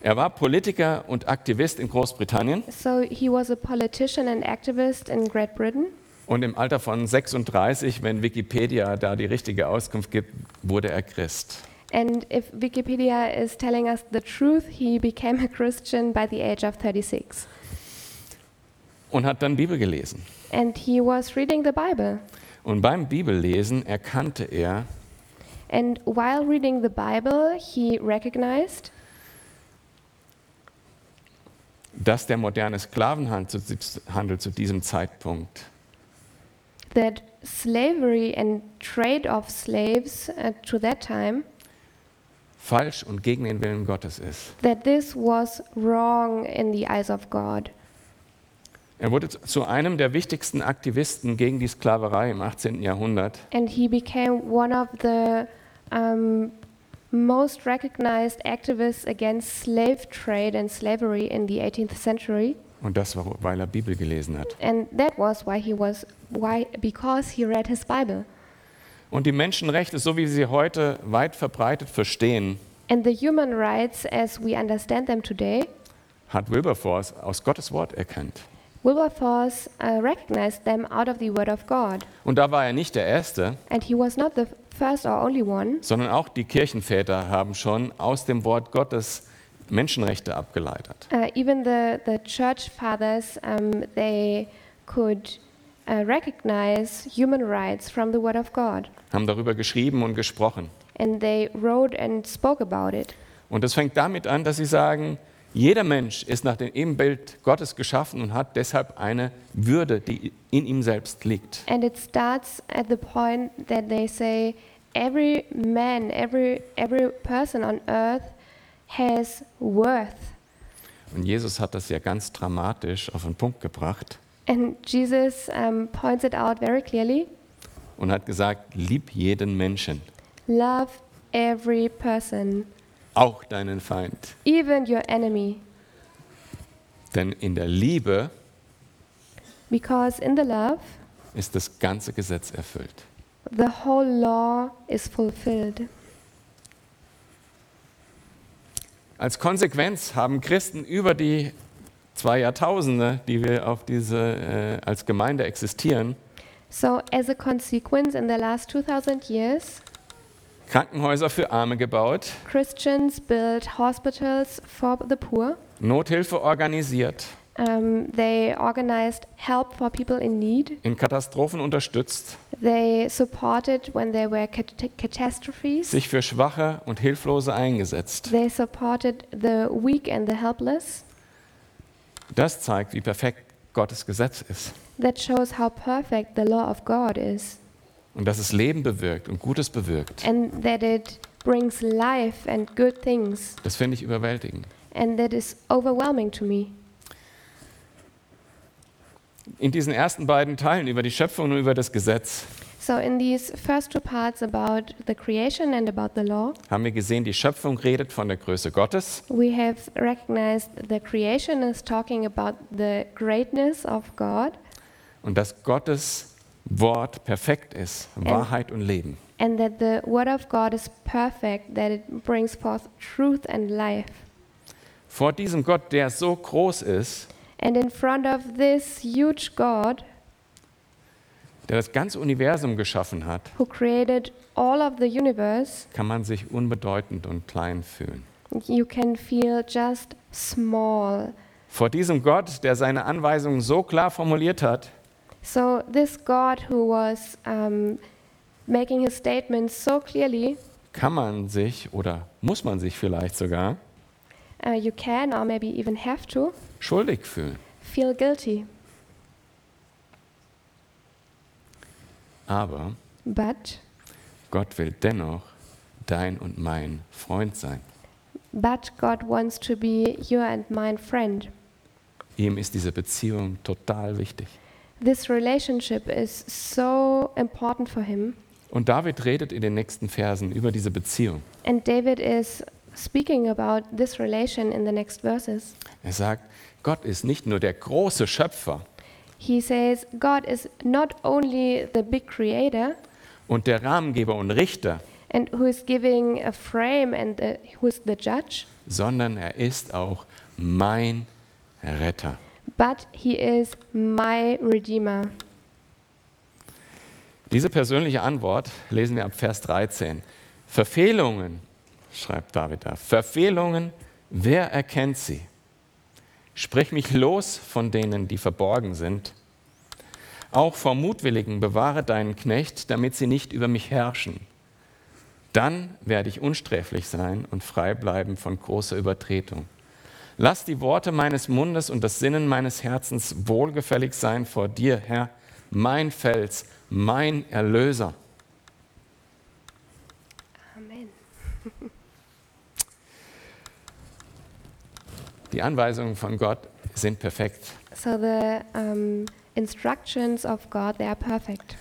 [SPEAKER 2] Er war Politiker und Aktivist in Großbritannien
[SPEAKER 1] So he was a politician and activist in Great Britain.
[SPEAKER 2] und im Alter von 36, wenn Wikipedia da die richtige Auskunft gibt, wurde er Christ.
[SPEAKER 1] And if Wikipedia is telling us the truth, he became a Christian by the age of 36.
[SPEAKER 2] und hat dann Bibel gelesen.
[SPEAKER 1] And he was reading the Bible.
[SPEAKER 2] Und beim Bibellesen erkannte er,
[SPEAKER 1] And while reading the Bible, he recognized
[SPEAKER 2] dass der moderne Sklavenhandel zu- Handel zu diesem Zeitpunkt
[SPEAKER 1] that slavery and trade of slaves uh, to that time
[SPEAKER 2] falsch und gegen den Willen Gottes ist.
[SPEAKER 1] that this was wrong in the eyes of God.
[SPEAKER 2] Er wurde zu- zu einem der wichtigsten Aktivisten gegen die Sklaverei im 18. Jahrhundert
[SPEAKER 1] And he became one of the um, most recognized activists against slave trade and slavery in the 18th century.
[SPEAKER 2] und das war, weil er Bibel gelesen hat.
[SPEAKER 1] And that was why he was, why, because he read his Bible.
[SPEAKER 2] Und die Menschenrechte, so wie sie heute weit verbreitet verstehen,
[SPEAKER 1] And the human rights as we understand them today,
[SPEAKER 2] hat Wilberforce aus Gottes Wort erkannt.
[SPEAKER 1] Wilberforce uh, recognized them out of the Word of God.
[SPEAKER 2] Und da war er nicht der Erste,
[SPEAKER 1] And he was not the first or only one.
[SPEAKER 2] sondern auch die Kirchenväter haben schon aus dem Wort Gottes Menschenrechte abgeleitet.
[SPEAKER 1] Uh, even the, the church fathers, um, they could uh, recognize human rights from the Word of God.
[SPEAKER 2] haben darüber geschrieben und gesprochen.
[SPEAKER 1] And they wrote and spoke about it.
[SPEAKER 2] Und das fängt damit an, dass sie sagen, jeder Mensch ist nach dem Ebenbild Gottes geschaffen und hat deshalb eine Würde, die in ihm selbst liegt.
[SPEAKER 1] And it starts at the point that they say every man, every, every person on earth has worth.
[SPEAKER 2] Und Jesus hat das ja ganz dramatisch auf den Punkt gebracht
[SPEAKER 1] And Jesus um, points it out very clearly
[SPEAKER 2] und hat gesagt, lieb jeden Menschen,
[SPEAKER 1] love every person,
[SPEAKER 2] auch deinen Feind.
[SPEAKER 1] even your enemy,
[SPEAKER 2] Denn in der Liebe
[SPEAKER 1] because in the love,
[SPEAKER 2] ist das ganze Gesetz erfüllt.
[SPEAKER 1] The whole law is fulfilled.
[SPEAKER 2] Als Konsequenz haben Christen über die zwei Jahrtausende, die wir auf diese, äh, als Gemeinde existieren,
[SPEAKER 1] So, as a consequence, in the last 2000 years,
[SPEAKER 2] Krankenhäuser für Arme gebaut,
[SPEAKER 1] Christians built hospitals for the poor.
[SPEAKER 2] Nothilfe organisiert,
[SPEAKER 1] Um, they organized help for people in need.
[SPEAKER 2] in Katastrophen unterstützt,
[SPEAKER 1] They supported when there were cat- catastrophes.
[SPEAKER 2] sich für Schwache und Hilflose eingesetzt.
[SPEAKER 1] They supported the weak and the helpless.
[SPEAKER 2] Das zeigt, wie perfekt Gottes Gesetz ist
[SPEAKER 1] That shows how perfect the law of God is
[SPEAKER 2] und dass es Leben bewirkt und Gutes bewirkt.
[SPEAKER 1] and that it brings life and good things.
[SPEAKER 2] Das finde ich überwältigend.
[SPEAKER 1] And that is overwhelming to me.
[SPEAKER 2] In diesen ersten beiden Teilen über die Schöpfung und über das Gesetz
[SPEAKER 1] So, in these first two parts about the creation and about the law,
[SPEAKER 2] haben wir gesehen, die Schöpfung redet von der Größe Gottes
[SPEAKER 1] we have recognized the creation is talking about the greatness of God
[SPEAKER 2] und dass Gottes Wort perfekt ist, Wahrheit und Leben.
[SPEAKER 1] and that the Word of God is perfect, that it brings forth truth and life.
[SPEAKER 2] Vor diesem Gott, der so groß ist,
[SPEAKER 1] And in front of this huge God
[SPEAKER 2] der das ganze Universum geschaffen hat,
[SPEAKER 1] who created all of the universe,
[SPEAKER 2] kann man sich unbedeutend und klein fühlen.
[SPEAKER 1] you can feel just small.
[SPEAKER 2] Vor diesem Gott, der seine Anweisungen so klar formuliert hat,
[SPEAKER 1] So, this God who was um, making his statements so clearly.
[SPEAKER 2] kann man sich oder muss man sich vielleicht sogar
[SPEAKER 1] uh, you can or maybe even have to
[SPEAKER 2] schuldig fühlen.
[SPEAKER 1] feel guilty.
[SPEAKER 2] Aber
[SPEAKER 1] But,
[SPEAKER 2] Gott will dennoch dein und mein Freund sein.
[SPEAKER 1] but God wants to be your and mine friend.
[SPEAKER 2] Ihm ist diese Beziehung total wichtig.
[SPEAKER 1] This relationship is so important for him.
[SPEAKER 2] Und David redet in den nächsten Versen über diese Beziehung.
[SPEAKER 1] And David is speaking about this relation in the next verses.
[SPEAKER 2] Er sagt, Gott ist nicht nur der große Schöpfer
[SPEAKER 1] He says, God is not only the big creator
[SPEAKER 2] und der Rahmengeber und Richter,
[SPEAKER 1] and who is giving a frame and uh, who is the judge,
[SPEAKER 2] sondern er ist auch mein Retter.
[SPEAKER 1] but he is my redeemer.
[SPEAKER 2] Diese persönliche Antwort lesen wir ab Vers 13. Verfehlungen schreibt David da. Verfehlungen, wer erkennt sie? Sprich mich los von denen, die verborgen sind. Auch vor Mutwilligen bewahre deinen Knecht, damit sie nicht über mich herrschen. Dann werde ich unsträflich sein und frei bleiben von großer Übertretung. Lass die Worte meines Mundes und das Sinnen meines Herzens wohlgefällig sein vor dir, Herr, mein Fels, mein Erlöser.
[SPEAKER 1] Amen.
[SPEAKER 2] Die Anweisungen von Gott sind perfekt.
[SPEAKER 1] So the um, instructions of God, they are perfect.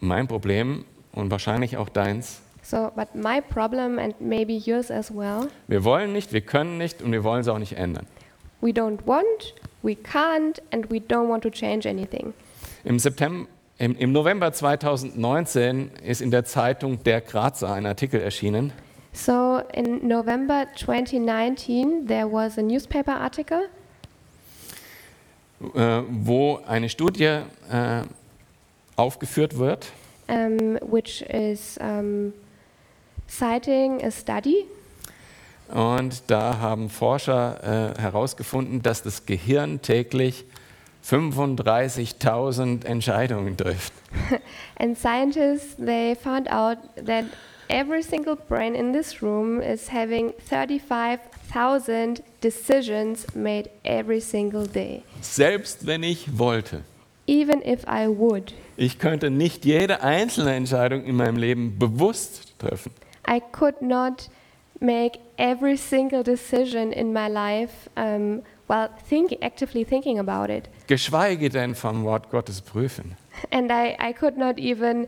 [SPEAKER 2] Mein Problem und wahrscheinlich auch deins.
[SPEAKER 1] So, but my problem, and maybe yours as well,
[SPEAKER 2] Wir wollen nicht, wir können nicht und wir wollen es auch nicht ändern.
[SPEAKER 1] we don't want, we can't, and we don't want to change anything.
[SPEAKER 2] Im, September, im, Im November 2019 ist in der Zeitung Der Grazer ein Artikel erschienen.
[SPEAKER 1] So, in November 2019, there was a newspaper article
[SPEAKER 2] äh, wo eine Studie äh, aufgeführt wird,
[SPEAKER 1] um, which is um, citing a study.
[SPEAKER 2] und da haben Forscher äh, herausgefunden, dass das Gehirn täglich 35.000 Entscheidungen trifft.
[SPEAKER 1] And scientists, they found out that every single brain in this room is having 35,000 decisions made every single day.
[SPEAKER 2] Selbst wenn ich wollte.
[SPEAKER 1] Even if I would,
[SPEAKER 2] Ich könnte nicht jede einzelne Entscheidung in meinem Leben bewusst treffen.
[SPEAKER 1] I could not make every single decision in my life um, while think, actively thinking about it.
[SPEAKER 2] Geschweige denn vom Wort Gottes prüfen.
[SPEAKER 1] And I, I could not even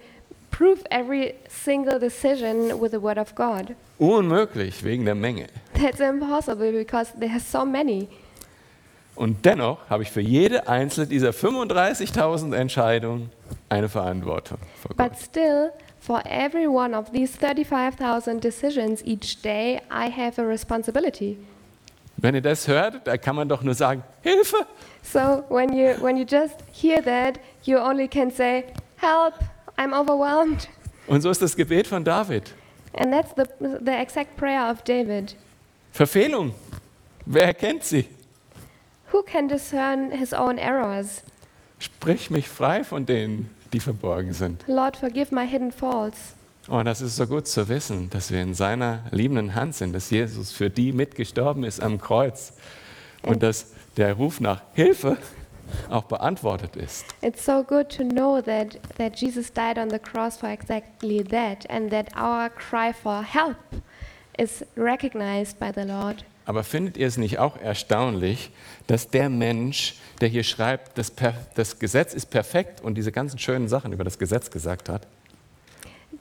[SPEAKER 1] prove every single decision with the Word of God.
[SPEAKER 2] Unmöglich wegen der Menge.
[SPEAKER 1] That's impossible because there are so many.
[SPEAKER 2] Und dennoch habe ich für jede einzelne dieser 35.000 Entscheidungen eine Verantwortung vor Gott.
[SPEAKER 1] But still, for every one of these 35,000 decisions each day, I have a responsibility.
[SPEAKER 2] Wenn ihr das hört, da kann man doch nur sagen, Hilfe!
[SPEAKER 1] So when you, when you just hear that, you only can say, Help, I'm overwhelmed.
[SPEAKER 2] Und so ist das Gebet von David.
[SPEAKER 1] And that's the, the exact prayer of David.
[SPEAKER 2] Verfehlung. Wer erkennt sie?
[SPEAKER 1] Who can discern his own errors?
[SPEAKER 2] Sprich mich frei von denen, die verborgen sind.
[SPEAKER 1] Lord, forgive my hidden faults.
[SPEAKER 2] Und das ist so gut zu wissen, dass wir in seiner liebenden Hand sind, dass Jesus für die mitgestorben ist am Kreuz und dass der Ruf nach Hilfe auch beantwortet ist.
[SPEAKER 1] It's so good to know that, that Jesus died on the cross for exactly that, and that our cry for help is recognized by the Lord.
[SPEAKER 2] Aber findet ihr es nicht auch erstaunlich, dass der Mensch, der hier schreibt, das, per das Gesetz ist perfekt und diese ganzen schönen Sachen über das Gesetz gesagt hat,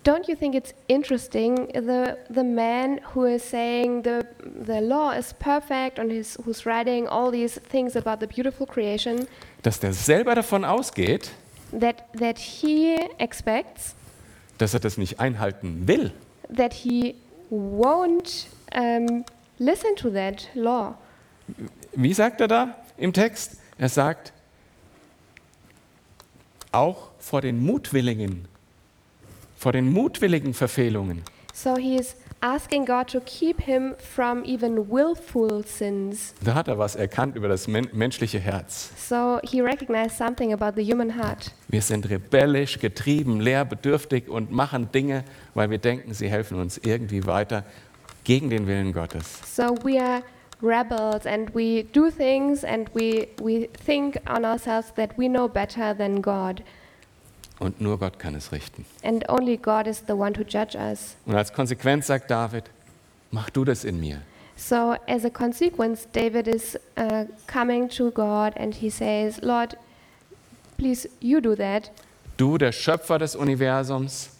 [SPEAKER 1] Don't you think it's interesting the the man who is saying the the law is perfect and his, who's writing all these things about the beautiful creation
[SPEAKER 2] dass der selber davon ausgeht,
[SPEAKER 1] that that he expects
[SPEAKER 2] dass er das nicht einhalten will.
[SPEAKER 1] that he won't um, listen to that law.
[SPEAKER 2] Wie sagt er da im Text? Er sagt, auch vor den mutwilligen, vor den mutwilligen Verfehlungen.
[SPEAKER 1] So he is asking God to keep him from even willful sins.
[SPEAKER 2] Da hat er was erkannt über das men menschliche Herz.
[SPEAKER 1] So he recognized something about the human heart.
[SPEAKER 2] Wir sind rebellisch, getrieben, leer, bedürftig und machen Dinge, weil wir denken, sie helfen uns irgendwie weiter gegen den Willen Gottes.
[SPEAKER 1] So we are rebels and we do things and we, we think on ourselves that we know better than God.
[SPEAKER 2] Und nur Gott kann es richten.
[SPEAKER 1] And only God is the one to judge us.
[SPEAKER 2] Und als Konsequenz sagt David, mach du das in mir.
[SPEAKER 1] So, as a consequence, David is uh, coming to God and he says, Lord, please, you do that.
[SPEAKER 2] Du, der Schöpfer des Universums,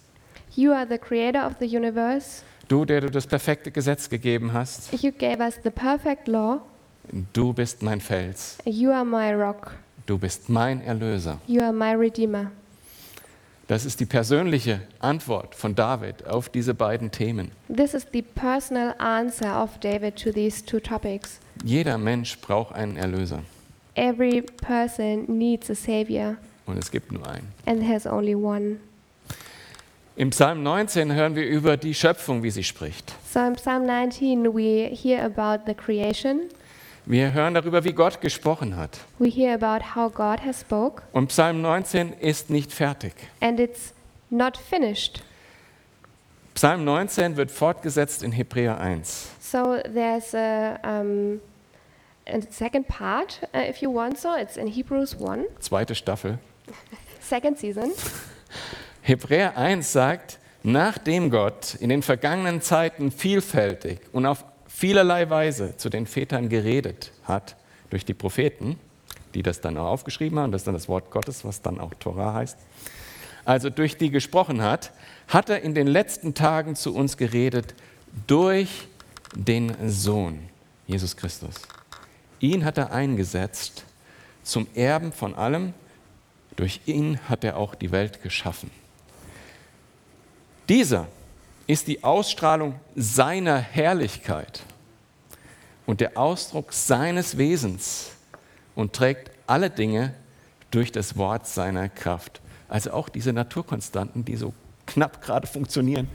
[SPEAKER 1] You are the creator of the universe.
[SPEAKER 2] Du, der du das perfekte Gesetz gegeben hast,
[SPEAKER 1] You gave us the perfect law.
[SPEAKER 2] du bist mein Fels,
[SPEAKER 1] You are my rock.
[SPEAKER 2] du bist mein Erlöser.
[SPEAKER 1] You are my redeemer.
[SPEAKER 2] Das ist die persönliche Antwort von David auf diese beiden Themen.
[SPEAKER 1] This is the personal answer of David to these two topics.
[SPEAKER 2] Jeder Mensch braucht einen Erlöser
[SPEAKER 1] Every person needs a savior,
[SPEAKER 2] und es gibt nur einen.
[SPEAKER 1] and there's only one.
[SPEAKER 2] Im Psalm 19 hören wir über die Schöpfung, wie sie spricht.
[SPEAKER 1] So in Psalm 19, we hear about the creation.
[SPEAKER 2] Wir hören darüber, wie Gott gesprochen hat.
[SPEAKER 1] We hear about how God has spoke,
[SPEAKER 2] Und Psalm 19 ist nicht fertig.
[SPEAKER 1] and it's not finished.
[SPEAKER 2] Psalm 19 wird fortgesetzt in Hebräer 1.
[SPEAKER 1] So there's a, um, a second part, uh, if you want so. It's in Hebrews 1,
[SPEAKER 2] zweite Staffel.
[SPEAKER 1] second season.
[SPEAKER 2] Hebräer 1 sagt, nachdem Gott in den vergangenen Zeiten vielfältig und auf vielerlei Weise zu den Vätern geredet hat, durch die Propheten, die das dann auch aufgeschrieben haben, das ist dann das Wort Gottes, was dann auch Torah heißt, also durch die gesprochen hat, hat er in den letzten Tagen zu uns geredet durch den Sohn, Jesus Christus. Ihn hat er eingesetzt zum Erben von allem, durch ihn hat er auch die Welt geschaffen. Dieser ist die Ausstrahlung seiner Herrlichkeit und der Ausdruck seines Wesens und trägt alle Dinge durch das Wort seiner Kraft. Also auch diese Naturkonstanten, die so knapp gerade funktionieren.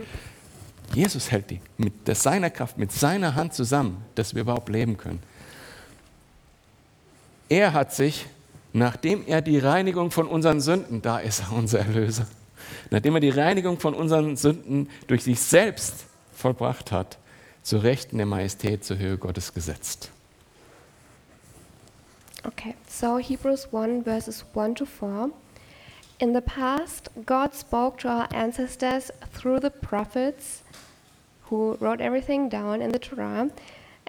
[SPEAKER 2] Jesus hält die mit der- seiner Kraft, mit seiner Hand zusammen, dass wir überhaupt leben können. Er hat sich, nachdem er die Reinigung von unseren Sünden, da ist er unser Erlöser, nachdem er die Reinigung von unseren Sünden durch sich selbst vollbracht hat, zu Rechten der Majestät zur Höhe Gottes gesetzt.
[SPEAKER 1] Okay, so Hebrews 1, verses 1 to 4. In the past, God spoke to our ancestors through the prophets, who wrote everything down in the Torah,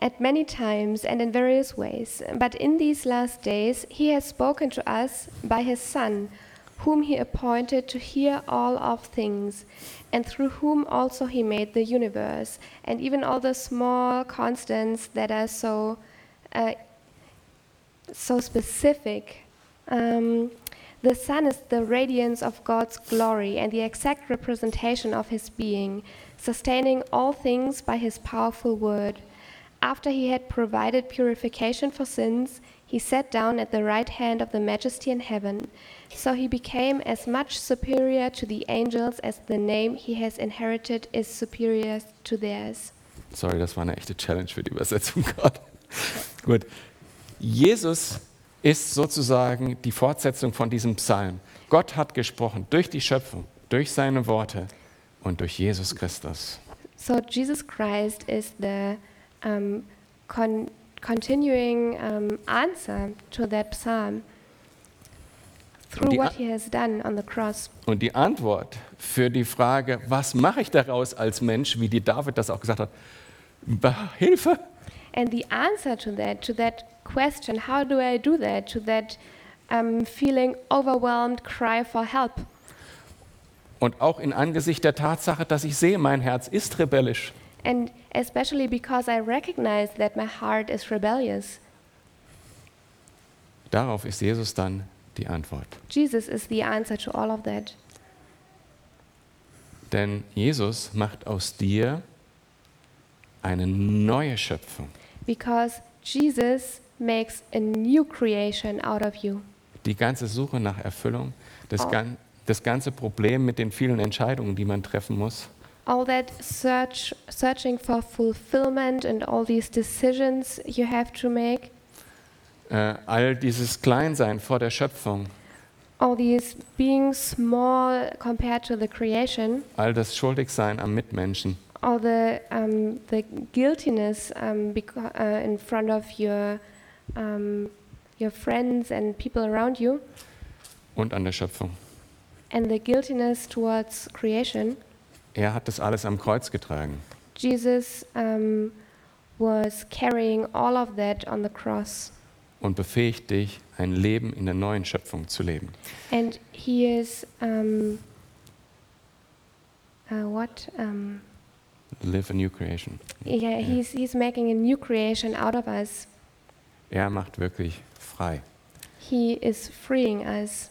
[SPEAKER 1] at many times and in various ways. But in these last days, He has spoken to us by His Son, whom He appointed to hear all of things, and through whom also He made the universe, and even all the small constants that are so. Uh, so specific. Um, the sun is the radiance of God's glory and the exact representation of his being, sustaining all things by his powerful word. After he had provided purification for sins, he sat down at the right hand of the majesty in heaven. So he became as much superior to the angels as the name he has inherited is superior to theirs.
[SPEAKER 2] Sorry, das war eine echte Challenge für die Übersetzung gerade. Gut. Jesus ist sozusagen die Fortsetzung von diesem Psalm. Gott hat gesprochen durch die Schöpfung, durch seine Worte und durch Jesus Christus.
[SPEAKER 1] So Jesus Christ is the um, con- continuing um, answer to that psalm through
[SPEAKER 2] Die
[SPEAKER 1] what
[SPEAKER 2] a-
[SPEAKER 1] he has done on the cross.
[SPEAKER 2] Und die Antwort für die Frage, was mache ich daraus als Mensch, wie die David das auch gesagt hat, "Bah, Hilfe,
[SPEAKER 1] And the answer to that, to that question, how do I do that, to that um, feeling overwhelmed cry for help,
[SPEAKER 2] Und auch in Angesicht der Tatsache, dass ich sehe, mein Herz ist rebellisch.
[SPEAKER 1] and especially because I recognize that my heart is rebellious,
[SPEAKER 2] Darauf ist Jesus dann die Antwort.
[SPEAKER 1] Jesus is the answer to all of that.
[SPEAKER 2] Denn Jesus macht aus dir eine neue Schöpfung,
[SPEAKER 1] Because Jesus makes a new creation out of you.
[SPEAKER 2] die ganze Suche nach Erfüllung, das,
[SPEAKER 1] Oh.
[SPEAKER 2] gan das ganze Problem mit den vielen Entscheidungen, die man treffen muss.
[SPEAKER 1] all that search searching for fulfillment and all these decisions you have to make
[SPEAKER 2] Äh, all dieses Kleinsein vor der Schöpfung,
[SPEAKER 1] all these being small compared to the creation
[SPEAKER 2] all das Schuldigsein am Mitmenschen.
[SPEAKER 1] all the um, the guiltiness um, beca- uh, in front of your um, your friends and people around you
[SPEAKER 2] und an der Schöpfung.
[SPEAKER 1] and the guiltiness towards creation
[SPEAKER 2] Er hat das alles am Kreuz getragen.
[SPEAKER 1] jesus um, was carrying all of that on the cross
[SPEAKER 2] und befähigt dich, ein Leben in der neuen Schöpfung zu leben.
[SPEAKER 1] And he is um, uh, what? Um,
[SPEAKER 2] Live a new creation.
[SPEAKER 1] yeah, he's he's making a new creation out of us.
[SPEAKER 2] Er macht wirklich frei.
[SPEAKER 1] He is freeing us,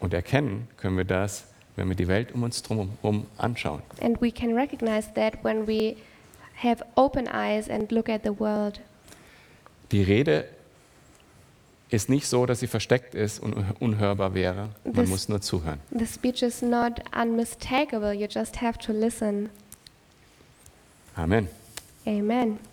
[SPEAKER 2] Und erkennen können wir das, wenn wir die Welt um uns drumherum anschauen.
[SPEAKER 1] and we can recognize that when we have open eyes and look at the world.
[SPEAKER 2] Die Rede ist nicht so, dass sie versteckt ist und unhörbar wäre. Man
[SPEAKER 1] Das-
[SPEAKER 2] muss nur zuhören.
[SPEAKER 1] The speech is not unmistakable, you just have to listen.
[SPEAKER 2] Amen.
[SPEAKER 1] Amen.